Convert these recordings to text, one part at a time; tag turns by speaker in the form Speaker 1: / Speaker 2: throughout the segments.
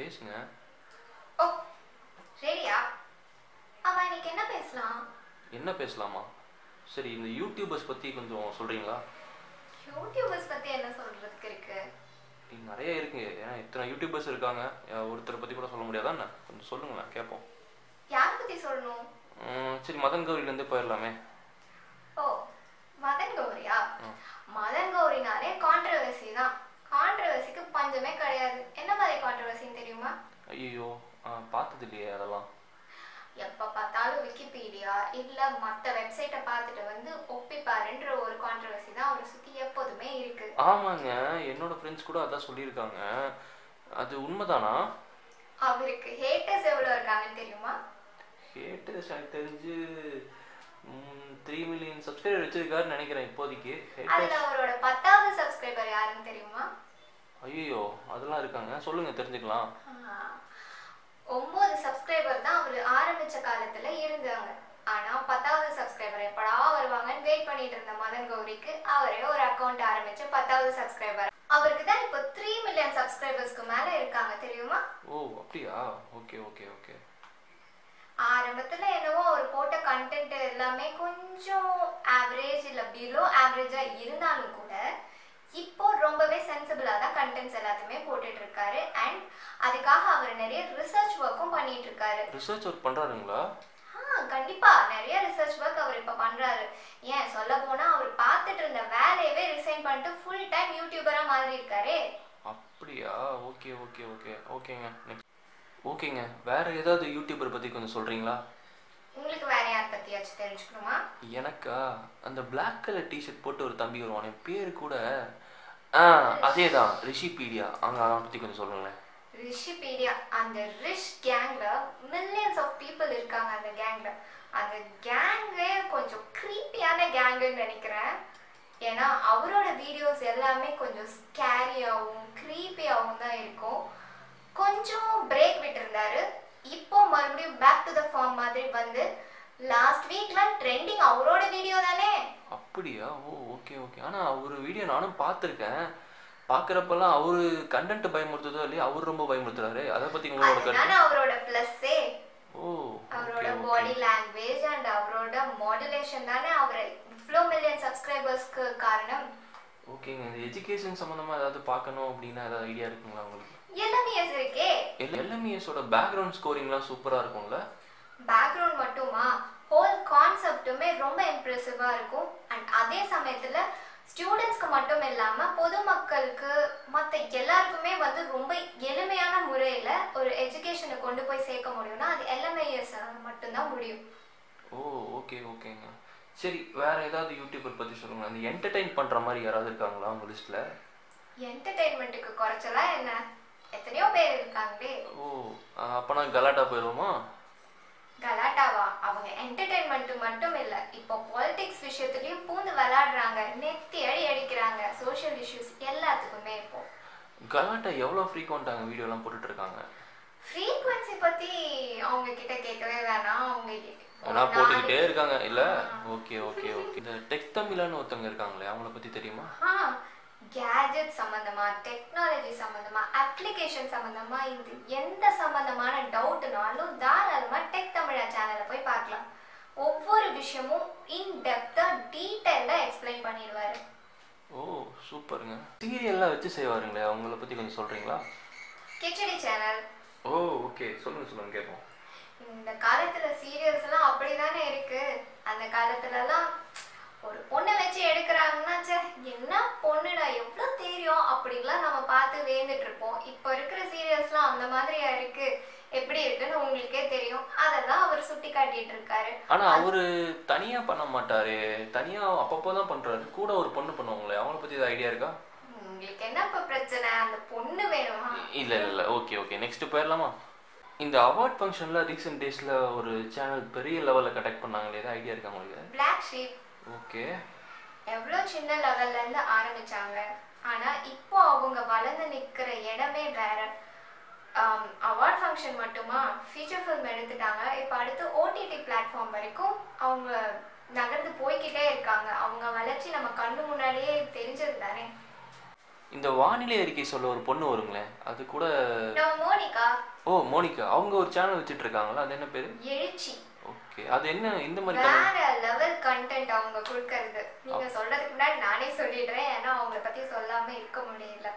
Speaker 1: பேசுங்க
Speaker 2: ஓ சரியா ஆமா இன்னைக்கு என்ன பேசலாம்
Speaker 1: என்ன பேசலாமா சரி இந்த யூடியூபர்ஸ் பற்றி கொஞ்சம் சொல்கிறீங்களா
Speaker 2: யூடியூபர்ஸ் பத்தி என்ன சொல்றதுக்கு இருக்கு
Speaker 1: இது நிறைய இருக்குங்க ஏன்னா இத்தனை யூடியூபர்ஸ் இருக்காங்க அஹ் ஒருத்தரை பற்றி கூட சொல்ல முடியாதா என்ன கொஞ்சம் சொல்லுங்களேன் கேட்போம்
Speaker 2: யார் பத்தி சொல்லணும்
Speaker 1: உம், சரி மதன் கௌரிலேருந்து போயிடலாமே
Speaker 2: ஓ மதன் கௌரியா
Speaker 1: ஆ.
Speaker 2: மதன் கௌரினாலே கான்ட்ரவர்சி தான் கான்ட்ரவர்சிக்கு பஞ்சமே கிடையாது என்ன மாதிரி கான்ட்ரவர்சின்னு தெரியுமா
Speaker 1: ஐயோ பார்த்தது இல்லையே அதெல்லாம்
Speaker 2: எப்ப பார்த்தாலும் விக்கிபீடியா இல்ல மத்த வெப்சைட்டை பார்த்துட்டு வந்து ஒப்பிப்பாருன்ற ஒரு கான்ட்ரவர்சி தான் அவரை சுத்தி எப்போதுமே இருக்கு
Speaker 1: ஆமாங்க என்னோட ஃப்ரெண்ட்ஸ் கூட அதான் சொல்லியிருக்காங்க அது உண்மைதானா
Speaker 2: அவருக்கு ஹேட்டர்ஸ் எவ்வளவு இருக்காங்கன்னு தெரியுமா
Speaker 1: கேட்டு எனக்கு தெரிஞ்சு த்ரீ மில்லியன் சப்ஸ்கிரைபர் வச்சிருக்காருன்னு நினைக்கிறேன் இப்போதைக்கு
Speaker 2: அதுல அவரோட பத்தாவது சப்ஸ்கிரைபர் யாருன்னு தெரியுமா
Speaker 1: ஐயோ அதெல்லாம் இருக்காங்க சொல்லுங்க தெரிஞ்சுக்கலாம்
Speaker 2: ஆஹ், ஒன்பது சப்ஸ்கிரைபர் தான் அவர் ஆரம்பிச்ச காலத்துல இருந்தாங்க ஆனா பத்தாவது சப்ஸ்கிரைபர் எப்படா வருவாங்கன்னு வெயிட் பண்ணிட்டு இருந்த மதன் கௌரிக்கு அவரே ஒரு அக்கவுண்ட் ஆரம்பிச்ச பத்தாவது சப்ஸ்கிரைபர் அவருக்கு தான் இப்போ த்ரீ மில்லியன் சப்ஸ்கிரைபர்ஸ்க்கு மேல இருக்காங்க தெரியுமா
Speaker 1: ஓ அப்படியா ஓகே ஓகே ஓகே
Speaker 2: ஆரம்பத்துல என்னவோ அவர் போட்ட கண்டென்ட் எல்லாமே கொஞ்சம் ஆவரேஜ் இல்ல பிலோ ஆவரேஜா இருந்தாலும் கூட இப்போ ரொம்பவே சென்சிபிளா தான் கண்டென்ட்ஸ் எல்லாத்தையுமே போட்டுட்டு இருக்காரு அண்ட் அதுக்காக அவர் நிறைய ரிசர்ச் ஒர்க்கும் பண்ணிட்டு இருக்காரு
Speaker 1: ரிசர்ச் ஒர்க் பண்ணுறாருங்களா
Speaker 2: ஆ கண்டிப்பா நிறைய ரிசர்ச் ஒர்க் அவர் இப்ப பண்றாரு ஏன் சொல்ல போனா அவர் பார்த்துட்டு இருந்த வேலையவே ரிசைன் பண்ணிட்டு ஃபுல் டைம் யூடியூபரா மாறி இருக்காரு
Speaker 1: அப்படியா ஓகே ஓகே ஓகே ஓகேங்க நெக்ஸ்ட் ஓகேங்க வேற ஏதாவது யூடியூபர் பற்றி கொஞ்சம் சொல்கிறீங்களா
Speaker 2: உங்களுக்கு வேற யார் பத்தியாச்சும் தெரிஞ்சுக்கணுமா
Speaker 1: எனக்கா அந்த Black கலர் டிஷர்ட் போட்டு ஒரு தம்பி வருவான் என் பேர் கூட ஆ அதே தான் ரிஷிபீடியா அங்கே அவன் பற்றி கொஞ்சம் சொல்லுங்களேன்
Speaker 2: ரிஷிபீடியா அந்த ரிஷ் கேங்ல மில்லியன்ஸ் ஆஃப் பீப்புள் இருக்காங்க அந்த கேங்ல அந்த கேங்கே கொஞ்சம் க்ரீப்பியான கேங்குன்னு நினைக்கிறேன் ஏன்னா அவரோட வீடியோஸ் எல்லாமே கொஞ்சம் ஸ்கேரியாகவும் க்ரீப்பியாகவும் தான் இருக்கும் கொஞ்சம் பிரேக் விட்டுருந்தாரு இப்போ மறுபடியும் பேக் டு த ஃபார்ம் மாதிரி வந்து லாஸ்ட் வீக்லாம் ட்ரெண்டிங் அவரோட வீடியோ தானே
Speaker 1: அப்படியா ஓ ஓகே ஓகே ஆனால் ஒரு வீடியோ நானும் பார்த்துருக்கேன் பார்க்குறப்பெல்லாம் அவர் கண்டென்ட் பயமுறுத்துதோ இல்லையா அவர் ரொம்ப பயமுறுத்துறாரு அதை பற்றி உங்களோட
Speaker 2: அதுதானே
Speaker 1: கருத்து
Speaker 2: அவரோட ப்ளஸ்ஸே
Speaker 1: ஓ
Speaker 2: அவரோட
Speaker 1: okay okay
Speaker 2: body language and அவரோட மாடுலேஷன் தானே அவரை இவ்வளோ மில்லியன் சப்ஸ்கிரைபர்ஸ்க்கு காரணம்
Speaker 1: ஓகேங்க இந்த எஜுகேஷன் சம்மந்தமாக ஏதாவது பார்க்கணும் அப்படின்னா ஏதாவது ஐடியா இருக்குங்களா உங்களுக்கு
Speaker 2: எல்லாமே yes இருக்கே
Speaker 1: எல்எம்இஎஸோட பேக்ரவுண்ட் ஸ்கோரிங்லாம் சூப்பராக இருக்கும்ல
Speaker 2: பேக்ரவுண்ட் மட்டுமா ஹோல் கான்செப்ட்டுமே ரொம்ப இம்ப்ரெசிவாக இருக்கும் அண்ட் அதே சமயத்தில் ஸ்டூடெண்ட்ஸ்க்கு மட்டும் இல்லாமல் பொதுமக்களுக்கு மற்ற எல்லாருக்குமே வந்து ரொம்ப எளிமையான முறையில் ஒரு எஜுகேஷனை கொண்டு போய் சேர்க்க முடியும்னா அது எல்எம்ஐஎஸ் மட்டும்தான் முடியும்
Speaker 1: ஓ ஓகே ஓகேங்க சரி வேற ஏதாவது யூடியூபர் பற்றி சொல்லுங்களேன் இந்த என்டர்டெயின் பண்ணுற மாதிரி யாராவது இருக்காங்களா உங்கள் லிஸ்ட்டில்
Speaker 2: என்டர்டெயின்மெண்ட்டுக்கு குறைச்சலா என்ன எத்தனையோ பேர் இருக்காங்களே
Speaker 1: ஓ அப்போனா கலாட்டா போயிடுவோமா
Speaker 2: கலாட்டாவா அவங்க என்டர்டைன்மெண்ட் மட்டும் இல்ல இப்போ பாலிடிக்ஸ் விஷயத்துலயும் பூந்து விளையாடுறாங்க நெத்தி அடி அடிக்கிறாங்க சோஷியல் இஷ்யூஸ் எல்லாத்துக்குமே இப்போ
Speaker 1: கலாட்டா எவ்வளோ ஃப்ரீக்வெண்ட்டாங்க வீடியோலாம் போட்டுட்ருக்காங்க
Speaker 2: ஃப்ரீக்வன்சி பத்தி அவங்க கிட்ட கேட்கவே வேணாம் அவங்க ஒரு
Speaker 1: ஆனால் போட்டுக்கிட்டே
Speaker 2: நாளைக்கு-
Speaker 1: இருக்காங்க இல்லை ஓகே ஓகே ஓகே இந்த டெக் தமிழான்னு ஒருத்தவங்க இருக்காங்களே அவங்கள பற்றி தெரியுமா
Speaker 2: ஆ கேஜெட் சம்பந்தமா டெக்னாலஜி சம்பந்தமா அப்ளிகேஷன் சம்பந்தமா இது எந்த சம்பந்தமான டவுட்னாலும் தாராளமா டெக் தமிழா சேனலை போய் பார்க்கலாம் ஒவ்வொரு விஷயமும் இன் டெப்தா டீட்டெயில்டா எக்ஸ்பிளைன் பண்ணிடுவாரு
Speaker 1: ஓ சூப்பருங்க சீரியல்லாம் வச்சு செய்வாருங்களே அவங்கள பற்றி கொஞ்சம் சொல்கிறீங்களா
Speaker 2: கிச்சடி சேனல்
Speaker 1: ஓ ஓகே சொல்லுங்கள் சொல்லுங்கள் கேட்போம்
Speaker 2: இந்த காலத்துல சீரியல்ஸ் எல்லாம் அப்படிதானே இருக்கு அந்த காலத்துல எல்லாம் ஒரு பொண்ணை வச்சு எடுக்கிறாங்கன்னா ச்சே என்ன பொண்ணுடா எவ்வளவு தெரியும் அப்படிலாம் நம்ம பார்த்து வேந்துட்டு இருப்போம் இப்போ இருக்கிற சீரியல்ஸ்லாம் அந்த மாதிரியா இருக்கு எப்படி இருக்குன்னு உங்களுக்கே தெரியும் அதை தான் அவர் சுட்டி காட்டிட்டு இருக்காரு
Speaker 1: ஆனா அவரு தனியா பண்ண மாட்டாரு தனியா அப்பப்போ தான் பண்றாரு கூட ஒரு பொண்ணு பண்ணுவாங்களே அவங்கள பத்தி ஏதாவது ஐடியா இருக்கா
Speaker 2: உங்களுக்கு என்ன இப்ப பிரச்சனை அந்த பொண்ணு வேணுமா
Speaker 1: இல்ல இல்ல, இல்ல ஓகே ஓகே நெக்ஸ்ட் போயிடலாமா இந்த அவார்ட் ஃபங்க்ஷன்ல ரீசெண்ட் டேஸ்ல ஒரு சேனல் பெரிய லெவல்ல கண்டக்ட் பண்ணாங்களே ஏதாவது ஐடியா இருக்கா உங்களுக்கு
Speaker 2: பிளாக் ஷீப்
Speaker 1: ஓகே
Speaker 2: எவ்வளோ சின்ன லெவல்ல இருந்து ஆரம்பிச்சாங்க ஆனா இப்போ அவங்க வளர்ந்து நிக்கிற இடமே வேற அவார்ட் ஃபங்க்ஷன் மட்டுமா ஃபீச்சர் ஃபிலிம் எடுத்துட்டாங்க இப்போ அடுத்து ஓடிடி பிளாட்ஃபார்ம் வரைக்கும் அவங்க நகர்ந்து போய்க்கிட்டே இருக்காங்க அவங்க வளர்ச்சி நம்ம கண்ணு முன்னாடியே தெரிஞ்சது தானே
Speaker 1: ஓ இந்த வானிலை அறிக்கை சொல்ல ஒரு பொண்ணு வருங்களே அது கூட
Speaker 2: நோ மோனிகா
Speaker 1: ஓ மோனிகா அவங்க ஒரு சேனல் வச்சுட்டு இருக்காங்களா அது என்ன பேரு
Speaker 2: எழுச்சி
Speaker 1: ஓகே அது என்ன இந்த மாதிரி கமெண்ட்
Speaker 2: வேற லெவல் கண்டென்ட் அவங்க கொடுக்கறது நீங்க சொல்றதுக்கு முன்னாடி நானே சொல்லிடுறேன் ஏன்னா அவங்கள பத்தி சொல்லாம இருக்க முடியல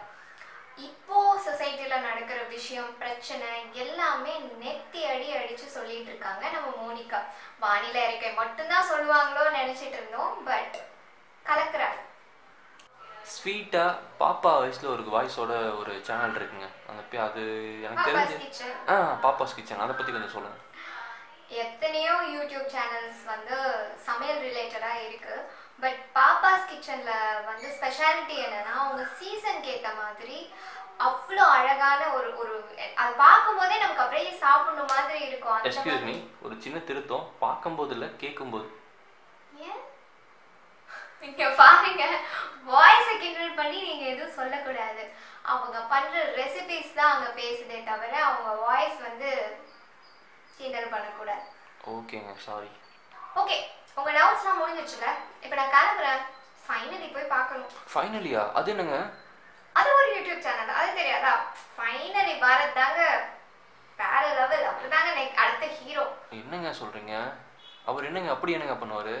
Speaker 2: இப்போ சொசைட்டில நடக்கிற விஷயம் பிரச்சனை எல்லாமே நெத்தி அடி அடிச்சு சொல்லிட்டு இருக்காங்க நம்ம மோனிகா வானிலை அறிக்கை மட்டும்தான் சொல்லுவாங்களோன்னு நினைச்சிட்டு இருந்தோம் பட் கலக்குறாரு
Speaker 1: ஸ்வீட்டா பாப்பா வயசுல ஒரு வாய்ஸோட ஒரு சேனல் இருக்குங்க அந்த பே- அது எனக்கு
Speaker 2: பாப்பாஸ்
Speaker 1: தெரிஞ்சு
Speaker 2: கிச்சன்
Speaker 1: ஆ பாப்பாஸ் கிச்சன் அதை பத்தி கொஞ்சம் சொல்லுங்க
Speaker 2: எத்தனையோ யூடியூப் சேனல்ஸ் வந்து சமையல் ரிலேட்டடாக இருக்கு பட் பாப்பாஸ் கிச்சனில் வந்து ஸ்பெஷாலிட்டி என்னன்னா அவங்க சீசனுக்கு ஏற்ற மாதிரி அவ்வளோ அழகான ஒரு ஒரு அது பார்க்கும்போதே நமக்கு அப்படியே சாப்பிடணும் மாதிரி இருக்கும் அந்த
Speaker 1: எக்ஸ்கியூஸ் மீ ஒரு சின்ன திருத்தம் பார்க்கும்போது இல்லை கேட்கும்போது
Speaker 2: ஏன் நீங்க பாருங்க வாய்ஸை கிண்டல் பண்ணி நீங்க எதுவும் சொல்லக்கூடாது அவங்க பண்ற ரெசிபிஸ் தான் அங்க பேசுதே தவிர அவங்க வாய்ஸ் வந்து கிண்டல் பண்ணக்கூடாது
Speaker 1: ஓகேங்க சாரி
Speaker 2: ஓகே உங்க டவுட்ஸ்லாம் முடிஞ்சிச்சுல இப்போ நான் கிளம்புறேன் ஃபைனலி போய் பார்க்கணும்
Speaker 1: ஃபைனலியா அது என்னங்க
Speaker 2: அது ஒரு யூடியூப் சேனல் அது தெரியாதா ஃபைனலி பாரத் தாங்க வேற லெவல் அவர் தாங்க நெக் அடுத்த ஹீரோ
Speaker 1: என்னங்க சொல்றீங்க அவர் என்னங்க அப்படி என்னங்க பண்ணுவாரு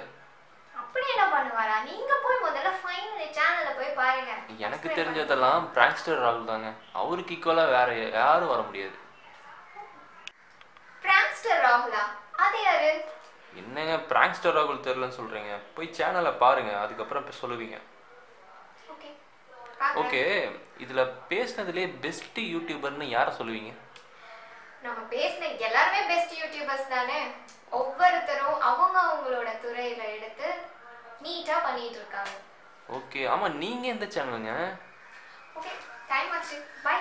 Speaker 2: அப்படி என்ன பண்ணுவாரா நீங்க போய் முதல்ல ஃபைனலி சேனல்ல போய் பாருங்க
Speaker 1: எனக்கு
Speaker 2: Subscribe பண்ணுங்க.
Speaker 1: தெரிஞ்சதெல்லாம் பிராங்க்ஸ்டர் ராகுல் தாங்க அவருக்கு ஈக்குவலாக வேற யாரும் வர முடியாது
Speaker 2: prankster ராகுலா அது யாரு
Speaker 1: என்னங்க பிராங்க்ஸ்டர் ராகுல் தெரிலன்னு சொல்றீங்க போய் சேனலை பாருங்க அதுக்கப்புறம் இப்ப சொல்லுவீங்க
Speaker 2: ஓகே பார்க்கலாம்
Speaker 1: ஓகே இதுல பேசினதுலேயே பெஸ்ட் யூடியூபர்னு யாரை சொல்லுவீங்க
Speaker 2: நம்ம பேசின எல்லாருமே பெஸ்ட் யூடியூபர்ஸ் தானே ஒவ்வொருத்தரும் அவங்க அவங்களோட துறையில எடுத்து நீட்டா பண்ணிட்டு இருக்காங்க
Speaker 1: ஓகே ஆமா நீங்க எந்த சேனலுங்க
Speaker 2: ஓகே டைம் ஆச்சு பை